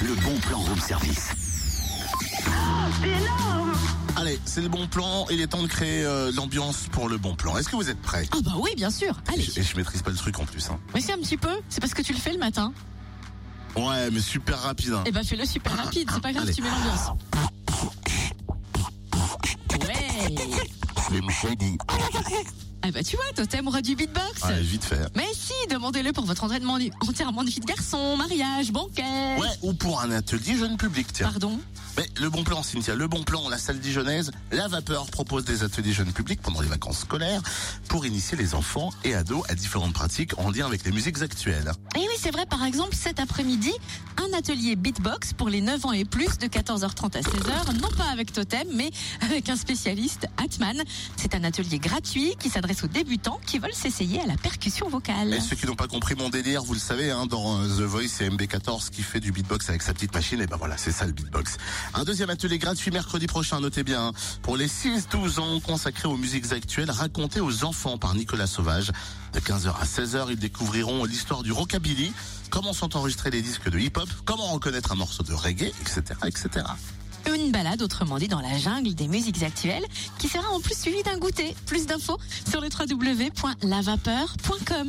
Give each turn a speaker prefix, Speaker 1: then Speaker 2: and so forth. Speaker 1: Le bon plan room service.
Speaker 2: Allez, c'est le bon plan. Il est temps de créer euh, l'ambiance pour le bon plan. Est-ce que vous êtes prêts
Speaker 3: Ah bah oui, bien sûr.
Speaker 2: et
Speaker 3: Allez,
Speaker 2: je, et je maîtrise pas le truc en plus. Hein.
Speaker 3: mais c'est un petit peu. C'est parce que tu le fais le matin.
Speaker 2: Ouais, mais super rapide. hein.
Speaker 3: Eh bah fais-le super rapide. C'est pas grave,
Speaker 2: Allez.
Speaker 3: tu mets l'ambiance. Ouais. Ah bah tu vois, Totem aura du beatbox.
Speaker 2: Ouais, vite fait.
Speaker 3: Mais si, demandez-le pour votre entraînement du- enterrement de vie de garçon, mariage, banquet.
Speaker 2: Ouais, ou pour un atelier jeune public, tiens.
Speaker 3: Pardon.
Speaker 2: Mais le bon plan, Cynthia, le bon plan, la salle dijonnaise, la vapeur propose des ateliers jeunes publics pendant les vacances scolaires pour initier les enfants et ados à différentes pratiques en lien avec les musiques actuelles.
Speaker 3: Et oui, c'est vrai, par exemple, cet après-midi, un atelier beatbox pour les 9 ans et plus de 14h30 à 16h, non pas avec Totem, mais avec un spécialiste, Atman. C'est un atelier gratuit qui s'adresse aux débutants qui veulent s'essayer à la percussion vocale.
Speaker 2: Et ceux qui n'ont pas compris mon délire, vous le savez, hein, dans euh, The Voice, c'est MB14 qui fait du beatbox avec sa petite machine. Et ben voilà, c'est ça le beatbox. Un deuxième atelier gratuit mercredi prochain, notez bien, hein, pour les 6-12 ans consacrés aux musiques actuelles racontées aux enfants par Nicolas Sauvage. De 15h à 16h, ils découvriront l'histoire du rockabilly, comment sont enregistrés les disques de hip-hop, comment reconnaître un morceau de reggae, etc., etc.
Speaker 3: Une balade, autrement dit, dans la jungle des musiques actuelles, qui sera en plus suivie d'un goûter. Plus d'infos sur le www.lavapeur.com.